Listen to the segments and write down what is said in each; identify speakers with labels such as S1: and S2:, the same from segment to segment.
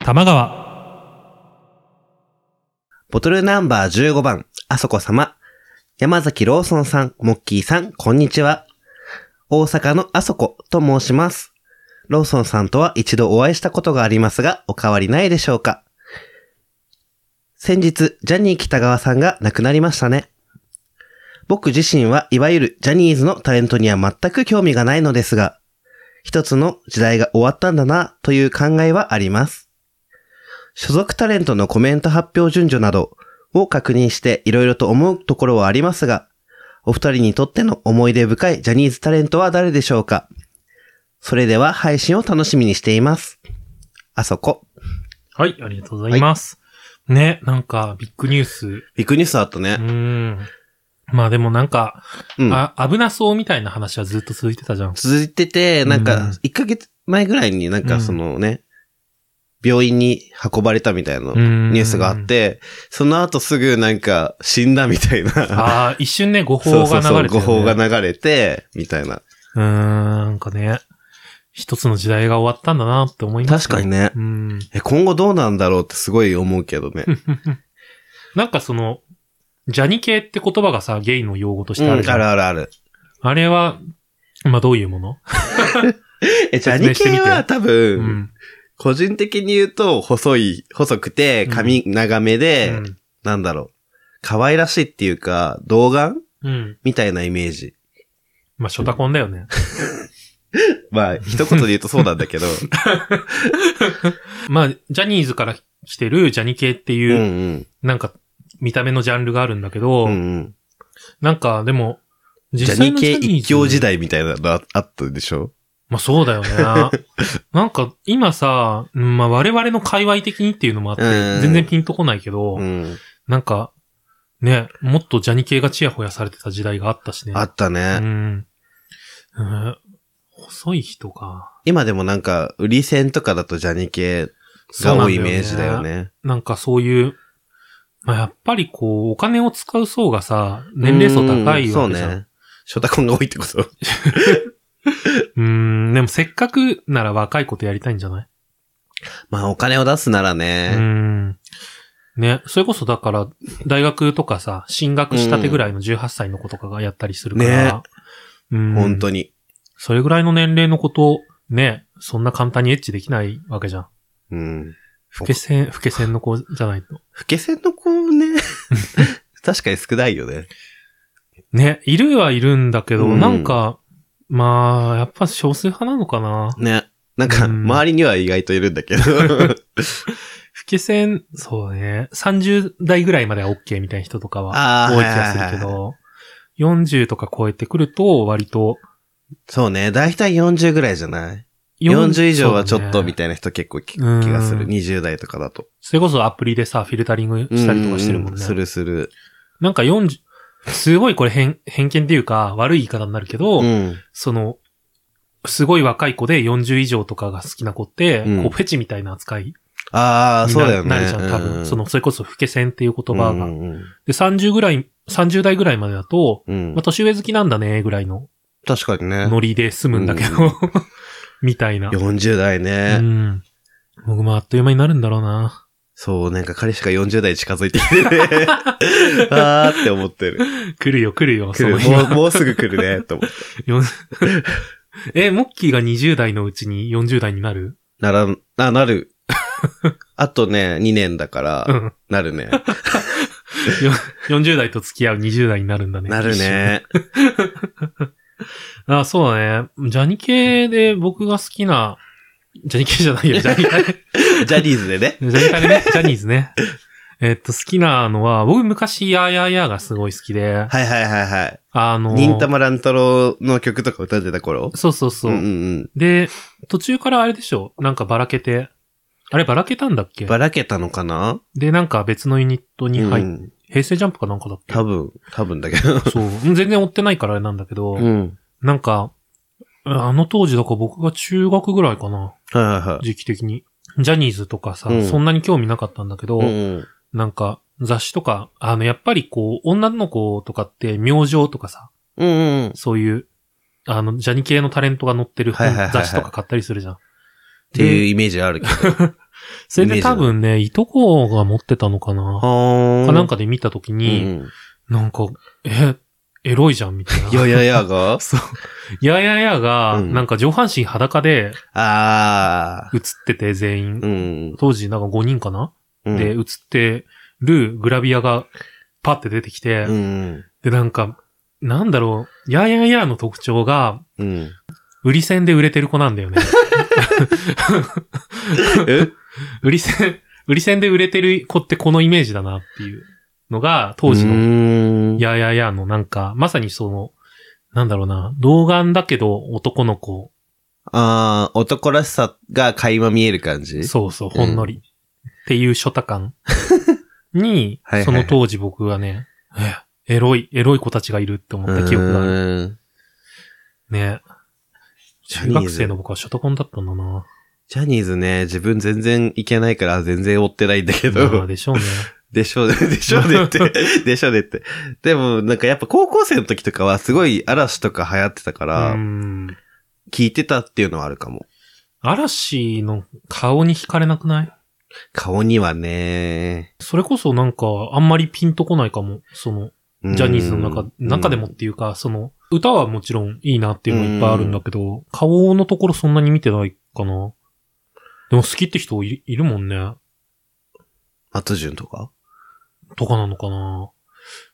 S1: 玉川。
S2: ボトルナンバー15番、あそこ様。山崎ローソンさん、モッキーさん、こんにちは。大阪のあそこと申します。ローソンさんとは一度お会いしたことがありますが、お変わりないでしょうか。先日、ジャニー北川さんが亡くなりましたね。僕自身はいわゆるジャニーズのタレントには全く興味がないのですが、一つの時代が終わったんだなという考えはあります。所属タレントのコメント発表順序などを確認していろいろと思うところはありますが、お二人にとっての思い出深いジャニーズタレントは誰でしょうかそれでは配信を楽しみにしています。あそこ。
S1: はい、ありがとうございます。ね、なんか、ビッグニュース。う
S2: ビッグニュースあった
S1: ー
S2: ね。
S1: ん。まあでもなんか、
S2: うん。
S1: あ、危なそうみたいな話はずっと続いてたじゃん。
S2: 続いてて、なん
S1: うん
S2: か、1ヶ月前ぐらいになん
S1: う
S2: か
S1: ん
S2: そのね、病院に運ばれたみたいなニ
S1: ニ
S2: ュースがあっ。て、その後すぐなんか死んだみたいな。
S1: ああ、一瞬ね、誤報
S2: そ
S1: が
S2: うそう
S1: 流
S2: そう
S1: れてる、ね。
S2: 誤報が流れて、みたいな。
S1: うーん、なんかね、一つの時代が終わったんだなって思います
S2: 確かにね。
S1: うん。
S2: え、今後どうなんだろうってすごい思うけどね。
S1: なんかその、ジャニ系って言葉がさ、ゲイの用語として
S2: う
S1: あ
S2: ん
S1: るじゃ
S2: あ
S1: ん。
S2: るあるある。
S1: あれは、まあどういうもの
S2: え、ジャ
S1: 説明
S2: ニ
S1: してみて
S2: 系は多
S1: う
S2: 分、。個人的に言うと、細い、細くて、髪長めで、
S1: うん
S2: なんだろう。可愛らしいっていうか、童顔
S1: うん。
S2: みたいなイメージ。
S1: まあ、ショタコンだよね。
S2: まあ、一言で言うとそうなん だけど。
S1: まあ、ジャニーズから来てるジャニ系って
S2: う
S1: い
S2: ん
S1: う、
S2: うん。
S1: なんか、見た目のジャンルがあるんだけど、
S2: うんうん。
S1: なんか、でも、
S2: ジ
S1: 実
S2: ャ
S1: 際
S2: ニ
S1: の
S2: 系一強時
S1: 代。
S2: 代みたいなのああったでしょ
S1: まあそうだ よね。なんか、今さ、うんまあ我々の界隈的にっていうのもあって、
S2: うん
S1: 全然ピンとこないけど、
S2: うん。
S1: なんか、ね、もっとジャニ系がチヤホヤされてた時代があったしね。
S2: あった
S1: う
S2: ね。
S1: ん。うん細い人か。
S2: 今でもなんか、売り線とかだとジャニ系
S1: そう
S2: が
S1: なん
S2: 多いイメージだよ。ね。
S1: なんかそういう、まあやっぱりこう、お金を使う層がさ、年齢層高いわけじゃ。
S2: うんんそうね。ショタコンが多いってこと
S1: うん、でもせっかくなら若いことやりたいんじゃない
S2: まあ、お金を出すなら
S1: う
S2: ね。
S1: ん。ね、それこそだから、大学とかさ、進学したてぐらいの18歳の子とかがやったりするから、うん
S2: 本当に。
S1: それぐらいの年齢のことを、ね、そんな簡単にエッチできないわけじゃん。
S2: うん。
S1: 不けせん、不けせんの子じゃないと。
S2: 老け線の子 ね。確かに少ないよね。
S1: ね、いるはいるんだけど、
S2: うん
S1: なんか、まあ、やっぱ少数派なのかな。
S2: ね。なんか、
S1: うん
S2: 周りには意外といるんだけ ど。
S1: 不けせん、そうね、30代ぐらいまでは OK みたいな人とかは
S2: あー
S1: 多い気がするけ
S2: はい
S1: ど、40とか超えてくると、割と、
S2: そうね。だいたい40ぐらいじゃない
S1: 40
S2: ?40 以上はちょっと
S1: そうね
S2: みたいな人結構き
S1: うん
S2: 気がする。20代とかだと。
S1: それこそアプリでさ、フィルタリングしたりとかしてるもん
S2: う
S1: ね。
S2: するする。
S1: なんか40、すごいこれ偏 偏見っていうか、悪い言い方になるけど、
S2: うん。
S1: その、すごい若い子で40以上とかが好きな子って、
S2: うん
S1: こうフェチみたいな扱いに
S2: ああ、
S1: な
S2: そうだよね。
S1: なるじゃん、多
S2: う
S1: 分。
S2: ん
S1: その、それこそ、老け線っていう言葉が。
S2: うんうん
S1: で、30ぐらい、30代ぐらいまでだと、
S2: うん。う
S1: まあ、
S2: ん
S1: 年上好きなんだね、ぐらいの
S2: 確かにね。
S1: ノリで済むんだけど、
S2: う
S1: みたいな。
S2: 40代
S1: う
S2: ね。
S1: ん。僕もあっという間になるんだろうな。
S2: そう、なんか彼氏が40代近づいてきて ね。あーって思ってる。
S1: 来るよ、来るよ、
S2: 来る。
S1: その
S2: も
S1: 今
S2: う、もうすぐ来るね、と思って。
S1: よん え、モッキーが20代のうちに40代になる
S2: なら、あ、なる。あとね、2年だから、
S1: うん。
S2: なるね。
S1: よ40代と付き合う20代になるんだね。
S2: なる ね。
S1: あ、そうだね。ジャニ系で僕が好きな、ジャニ系じゃない よ、ジャニ系。
S2: ジャニーズでね。
S1: ジャニ系でね、ジャニーズね。えっと、好きなのは、僕昔、やーやーやーがすごい好きで、
S2: はいはいはいはい。
S1: あの、
S2: 忍たま乱太郎の曲とか歌ってた頃
S1: そうそうそう。
S2: うんうん
S1: で、途中からあれでしょなんかばらけて、あればらけたんだっ
S2: う
S1: け
S2: ん。ばらけたのかな
S1: で、なんか別のユニットに入っ、
S2: うん。
S1: 平成ジャンプかなんかだっけ
S2: 多分、多分だけど。
S1: そう。 全然追ってないからあれなんだけど、
S2: うん。
S1: なんか、あの当時だから僕が中学ぐらいかな、
S2: はいはいはい。
S1: 時期的に。ジャニーズとかさ、
S2: うん
S1: そんなに興味なかったんだけど、
S2: うんうん
S1: なんか雑誌とか、あの、やっぱりこう、女の子とかって、明星とかさ、
S2: うんうん。
S1: そういう、あの、ジャニ系のタレントが載ってる本
S2: はいはいはいはい
S1: 雑誌とか買ったりするじゃん。
S2: っていう
S1: で、
S2: イメージあるけど。
S1: それで多分ね、いとこが持ってたのかな。
S2: は
S1: かなん
S2: か
S1: かで見たとき
S2: に、
S1: に、なんか、え、エロいじゃん、みたいな。
S2: いやいやいやが
S1: そう。やややが、
S2: うん
S1: なんか上半身裸で
S2: ああ。
S1: 映ってて、全員。
S2: うん。
S1: 当時、なんか5人かな、
S2: うん
S1: で、、映ってるグラビアが、パって出てきて、
S2: うん。
S1: で、なんか、なんだろう、やややの特徴が、
S2: うん。
S1: 売り線で売れてる子なんだよ ね。
S2: え
S1: 売り線、売り線で売れてる子ってこのイメージだなっていうのが、 当時
S2: う
S1: の、
S2: ーん
S1: やややのなんか、まさにその、なんだろうな、童顔だけど男の子、
S2: ああ、男らしさが垣間見える感じ
S1: そうそう、ほんのり、っていう初多 感に
S2: はいはいはい、
S1: その当時僕はね、えエロい、エロい子たちがいるって思った記憶がある。
S2: うーん
S1: ね。中学生の僕は初多感だったんだな。
S2: ジャニーズね、自分全然いけないから全然追ってないんだけ
S1: まあ
S2: ど、
S1: でしょうね。
S2: でしょうね、でしょうね って、でしょうねって。でもなんかやっぱ高校生の時とかはすごい嵐とか流行ってたか
S1: う
S2: ら、
S1: ん。
S2: 聞いてたっていうのはあるかも。
S1: 嵐の顔に惹かれなくない
S2: 顔にはね、
S1: それこそなんか、あんまりピンとこないかも。その、
S2: うん
S1: ジャニーズの中、中でもっ、ていうか、その、歌はもちろんいいなっていうのいっぱいあるんだけど、顔のところそんなに見てないかな。でも好きって人いいるもんね。
S2: マトジュンとか
S1: とかなのかな。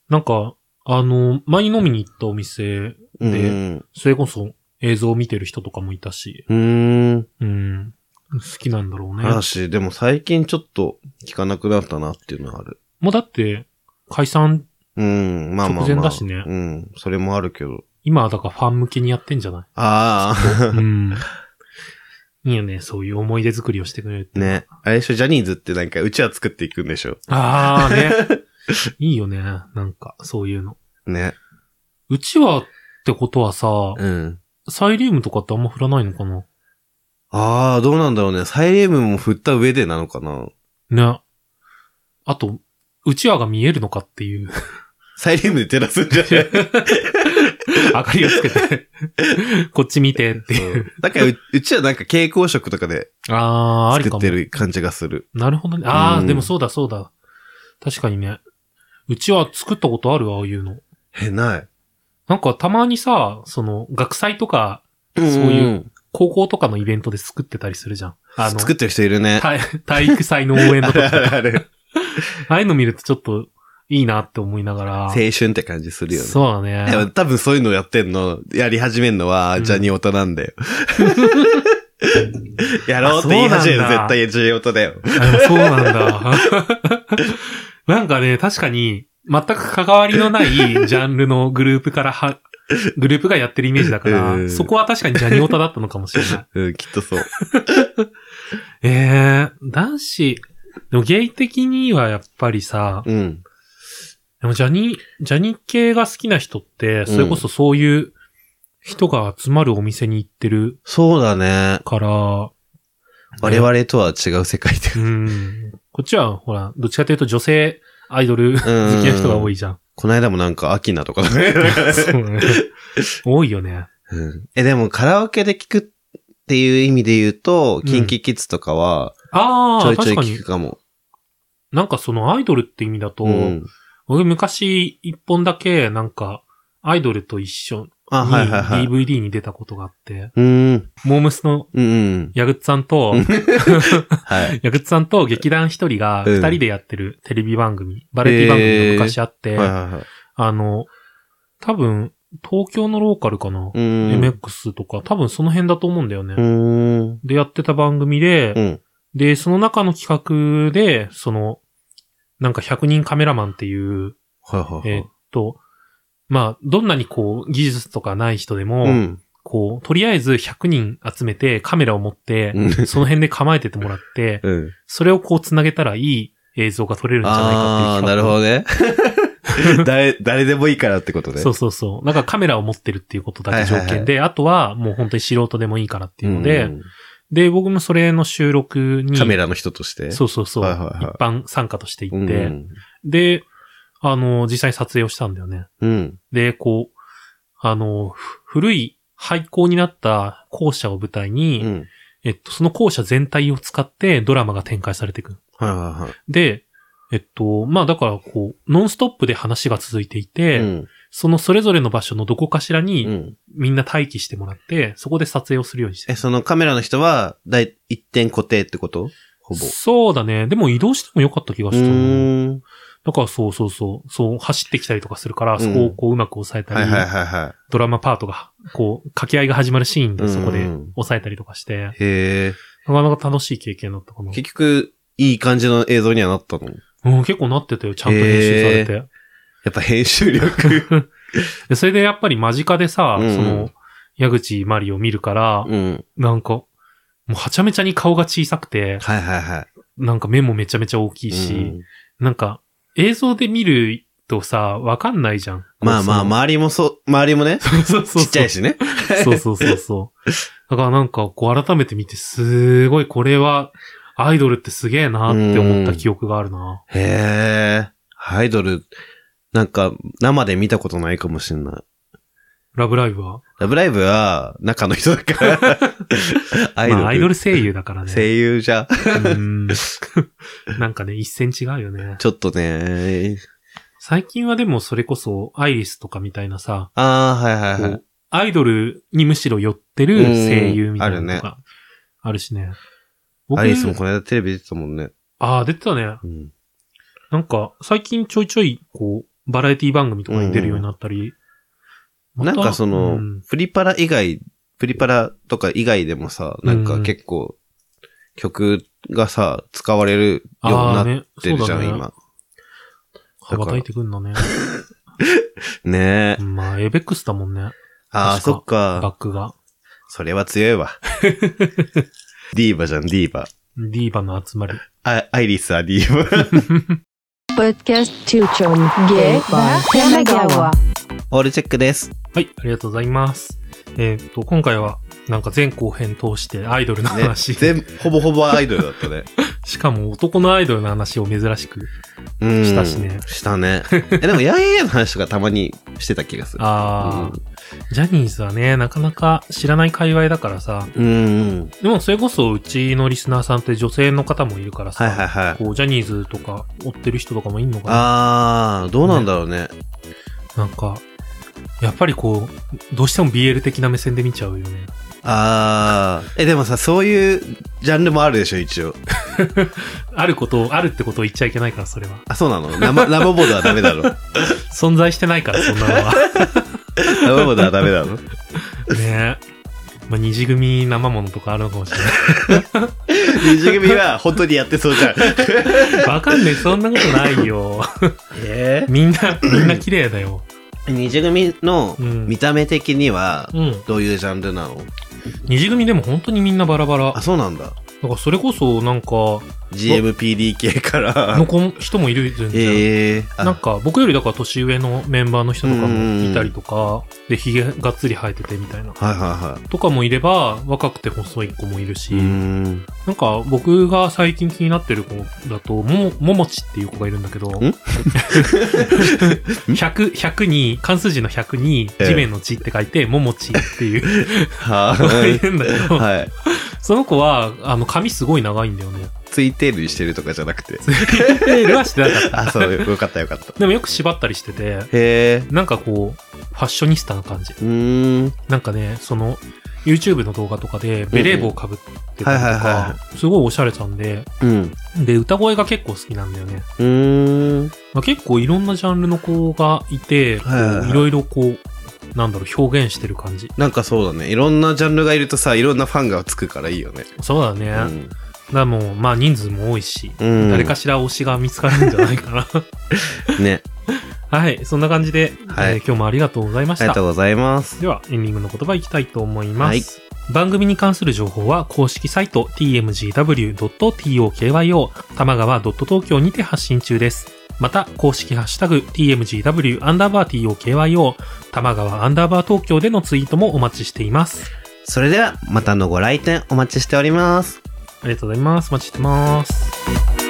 S1: なんか、あの、前に飲みに行ったお店、
S2: う
S1: で
S2: ん。
S1: それこそ映像を見てる人とかもいたし、
S2: うーん。
S1: うん。好きなんだろうね。
S2: 嵐、でも最近ちょっと聞かなくなったなっていうのはある。
S1: もうだって、解散、
S2: うん、まあまあ、まあ。
S1: 直前だしね
S2: うん、それもあるけど。
S1: 今はだからファン向けにやってんじゃない
S2: ああ、
S1: うん。いいよね、そういう思い出作りをしてくれるって。
S2: ね。あれでしょ、ジャニーズってなんか、うちは作っていくんでしょ。
S1: ああね。いいよね、なんか、そういうの。
S2: ね。
S1: うちはってことはさ、
S2: うん。
S1: サイリウムとかってあんま振らないのか
S2: ああ、どうなんだろうね。サイレームも振った上でなのかな。
S1: なね。あと、うちわが見えるのかっていう、
S2: サイレームで照らすんじゃない
S1: 明かりをつけ て、こっち見てって
S2: そ
S1: いうう。
S2: だからう、うちはなんか蛍光色とかで
S1: ああ、あり
S2: 作
S1: かも
S2: って。る感じがする。
S1: なるほどね。ああ、
S2: うん
S1: でもそうだそうだ。確かにね。うちは作ったことあるああいうの。
S2: え、ない。
S1: なんかたまにさ、その、学祭とか、
S2: そう
S1: い高校とかのイベントで作ってたりするじゃん。あの、
S2: 作ってる人いるね。
S1: 体体育祭の応援の
S2: あ
S1: 時と
S2: れ
S1: か。
S2: あれ。
S1: ああいうの見るとちょっといいなって思いながら。
S2: 青春って感じするよね。
S1: そうだ
S2: でも
S1: ね。
S2: 多分そういうのやってんの、やり始めんのは、
S1: うん
S2: ジャニオタなんだよ。 やろうって言い始めるの
S1: あそうなんだ
S2: 絶対ジャニオタだよ。
S1: あでもそうなんだ。 なんかね、確かに、全く関わりのないジャンルのグループからは、グループがやってるイメージだか
S2: うん
S1: ら、そこは確かにジャニオタだったのかもしれ ない。
S2: うん、きっとそう。
S1: ええ男子、でもゲイ的にはやっぱりさ、
S2: うん。
S1: でもジャニ、ジャニ系が好きな人って、それこそそういう人が集まるお店に行ってる
S2: そうだね。
S1: から、
S2: 我々とは違う世界で。
S1: うん。こっちは、ほら、どっちかというと女性アイドル好きな人が多いじゃ ん。
S2: この間もなんか、アキナとかだね。
S1: そうね。多いよね。
S2: うんえ、でもカラオケで聞くっていう意味で言うと、
S1: うん
S2: キンキキッズとかは、
S1: あ
S2: ちょ
S1: あ、
S2: いち
S1: 確
S2: ょい
S1: かに
S2: 聞く。かも。
S1: なんかそのアイドルって意味だと、
S2: うん。
S1: 僕昔一本だけ、なんか、アイドルと一緒に
S2: あ、はいはいはい。
S1: DVD に出たことがあって、
S2: うん。うん
S1: モームスの
S2: うん。
S1: ヤグッツさんと、
S2: はい。
S1: ヤグツさんと劇団一人が
S2: うん
S1: 二人でやってるテレビ番組、バラエティ番組が昔あって、
S2: はいはいはい。
S1: あの、多分、東京のローカルかな、
S2: うん。
S1: ?MX とか、多分その辺だと思うんだよね。
S2: うん。
S1: で、やってた番組で、
S2: うん。
S1: で、その中の企画で、その、なんか100人カメラマンっていう、
S2: はいはいは
S1: え
S2: い。
S1: ーっと、まあ、どんなにこう、技術とかない人でも、
S2: うん。
S1: こう、とりあえず100人集めてカメラを持って、
S2: うん
S1: その辺で構えててもらって、
S2: うん。
S1: それをこう繋げたらいい映像が撮れるんじゃないか
S2: ああ
S1: って
S2: ー、
S1: いう。
S2: なるほど。ね。 誰、誰でもいいからってことね。。
S1: そううそうそう。なんかカメラを持ってるっていうことだけ条件で、あとはもう本当に素人でもいいからっていうので、、で、僕もそれの収録に、
S2: カメラの人として。
S1: そうそうそう、
S2: はいはいはい
S1: 一般参加として行
S2: う
S1: っ
S2: ん
S1: て、で、あの、実際に撮影をしたんだよね。
S2: うん。
S1: で、こう、あの、ふ古い廃校になった校舎を舞台に、
S2: うん。
S1: えっと、その校舎全体を使ってドラマが展開されていく。
S2: はいはいはい。
S1: で、えっと、まあだからこう、ノンストップで話が続いていて、
S2: うん
S1: そのそれぞれの場所のどこかしら
S2: う
S1: に
S2: ん。
S1: みんな待機してもらって、そこで撮影をするようにして
S2: え、
S1: る。
S2: そのカメラの人は、だい、一点固定ってことほぼ。
S1: そうだね。でも移動してもよかった気が
S2: う
S1: したな。
S2: ーん。
S1: だからそうそうそう、そう走ってきたりとかするから、そこをこううまく抑えた
S2: は
S1: り、
S2: いはいはいは
S1: ドラマパートが、こう、掛け合いが始まるシーンでそこで
S2: うん
S1: 抑えたりとかして、
S2: い。へえ。
S1: なかなか楽しい経験だったかな。
S2: 結局、いい感じの映像にはなったのや
S1: うん、結構なってたよ。ちゃんと編集されて。
S2: っぱ編集力。
S1: で、それでやっぱり間近でさ、
S2: うん
S1: その、矢口まりを見るから、
S2: うん。
S1: なんか、もうはちゃめちゃに顔が小さくて、
S2: はいはいはい。
S1: なんか目もめちゃめちゃ大きいし、
S2: うん
S1: なんか、映像で見るとさ、わかんないじゃん。
S2: まあまあ、
S1: あ。
S2: 周りもそう、周りもね、
S1: そうそうそう。
S2: ちっちゃい。しね。
S1: そうそうそうそう。だからなんか、こう改めて見て、すごいこれは、アイドルってすげえなって思った記憶があるな。
S2: へえ。アイドル、なんか、生で見たことないかもしんない。
S1: ラブライブは。
S2: ラブライブは、中の人 だから。アイドル。
S1: まあ、アイドル声優だからね。
S2: 声優じゃ。
S1: うんなんかね、一線違うよね。
S2: ちょっとね。
S1: 最近はでもそれこそ、アイリスとかみたいなさ、
S2: ああ、はいはい
S1: こ
S2: は
S1: う
S2: い。
S1: アイドルにむしろ寄ってる声優みたいなの
S2: うんあ
S1: があるしね。
S2: ア
S1: 僕
S2: イリスもこの間テレビ出てたもんね。
S1: ああ、出てたね。
S2: うん。
S1: なんか、最近ちょいちょい、こう、バラエティ番組とかに出るようになったり。ま
S2: な
S1: た
S2: んかその、
S1: うん
S2: プリパラ以外、プリパラとか以外でもさ、なん
S1: う
S2: か
S1: ん
S2: 結構、曲がさ、使われるよう
S1: あ
S2: にな
S1: あ
S2: っ
S1: ね、
S2: て
S1: そう
S2: るじ
S1: だ
S2: ゃん、
S1: ね。
S2: 今。
S1: 羽ばたいてくんだね。
S2: ねえ。
S1: まあ、エベックスだも んね。
S2: ああ、
S1: 確か
S2: そっか。
S1: バックが。
S2: それは 強いわ。ディーバじゃん、ディーバ。
S1: ディーバの集まり。
S2: あアイリスはディーバ。
S3: Podcast Tuchom Gay by Yamagawa.
S2: オールチェックです。
S1: はい、ありがとうございます。えーっと、今回は、なんか前後編通してアイドルの
S2: ね、
S1: 話、
S2: 全部、ほぼほぼアイドルだったね。
S1: しかも男のアイドルの話を珍しく。
S2: うん
S1: したしね
S2: したね。え、でも、やややの話とかたまにしてた気がする。
S1: ああ、ジャニーズはね、なかなか知らない界隈だからさ、
S2: うん。うん。
S1: でもそれこそうちのリスナーさんって女性の方もいるからさ、
S2: はいはいはい。
S1: こうジャニーズとか追ってる人とかもいんのかな
S2: あー、どうなんだろうね。
S1: なんか、やっぱりこう、どうしても BL 的な目線で見ちゃうよね。
S2: あー。え、でもさ、そういうジャンルもあるでしょ、一応。
S1: あることを、あるってことを言っちゃいけないから、それは。
S2: あ、そうなの 生、生ボードはダメだろ。
S1: 存在してないから、そんなの は。
S2: 生ボードはダメだ ろ。
S1: ねえ。まあ、二次組生ものとかあるのかもしれ
S2: 二次組は本当にやってそうじゃん。
S1: ない。わかんない。そんなことないよ。
S2: え
S1: みんな、みんな綺麗だよ。
S2: 二次組の
S1: うん
S2: 見た目的には、
S1: うん。
S2: どういうジャンルなの
S1: 二次組でも本当にみんなバラバラ。だ
S2: あ、
S1: か
S2: そうなんだ。
S1: らそれこそ、なんか、
S2: GMPD 系から
S1: の。こ人もいる全然。
S2: ええ
S1: なんか、僕よりだから年上のメンバーの人とかもいたりとか、で、髭がっつり生えててみたいな。
S2: はいはいはい。
S1: とかもいれば、若くて細い子もいるし、
S2: ん。
S1: なんか僕が最近気になってる子だと、もも、ももちっていう子がいるんだけど、
S2: ん
S1: 100、100に、漢数字の100に、
S2: ええ
S1: 地面の地って書いて、ももちっていう
S2: は
S1: 子がい
S2: い。
S1: るんだけど、
S2: はい。
S1: その子は、あの、髪すごい長いんだよね。
S2: ツイテールにしてるとかじゃなくて。
S1: で、ルアしてなかった。
S2: あ、そう、よかったよかった。
S1: でもよく縛ったりしてて、
S2: へえ。
S1: なんかこう、ファッショニスタな感じ。
S2: うーん。
S1: なんかね、その、YouTube の動画とかで、ベレー帽かぶってたりと
S2: うんはいはい
S1: か
S2: は、
S1: すごいおしゃれさんで、
S2: うん。
S1: で、歌声が結構好きなんだよね。
S2: うーん。
S1: まあ、結構いろんなジャンルの子がいて、こ
S2: はいはいはいう
S1: いろいろこう、なんだろう、表現してる感じ。
S2: なんかそうだね。いろんなジャンルがいるとさ、いろんなファンがつくからいいよね。
S1: そうだね。
S2: う
S1: だか
S2: ん
S1: らもう、まあ人数も多いし、
S2: うん
S1: 誰かしら推しが見つかるんじゃないか な。
S2: ね。
S1: はい、そんな感じで、
S2: はい
S1: えー今日もありがとうございま
S2: あ
S1: し
S2: り
S1: た
S2: がと。うございます。
S1: では、エンディングの言葉いきたいと思います。番組に関する情報は、公式サイト tmgw.tokyo、玉川 .tokyo にて発信中です。また、公式ハッシュタグ tmgw アンダーバー tokyo、玉川アンダーバー東京でのツイートもお待ちしています。
S2: それでは、またのご来店お待ちしております。
S1: ありがとうございます。お待ちしてます。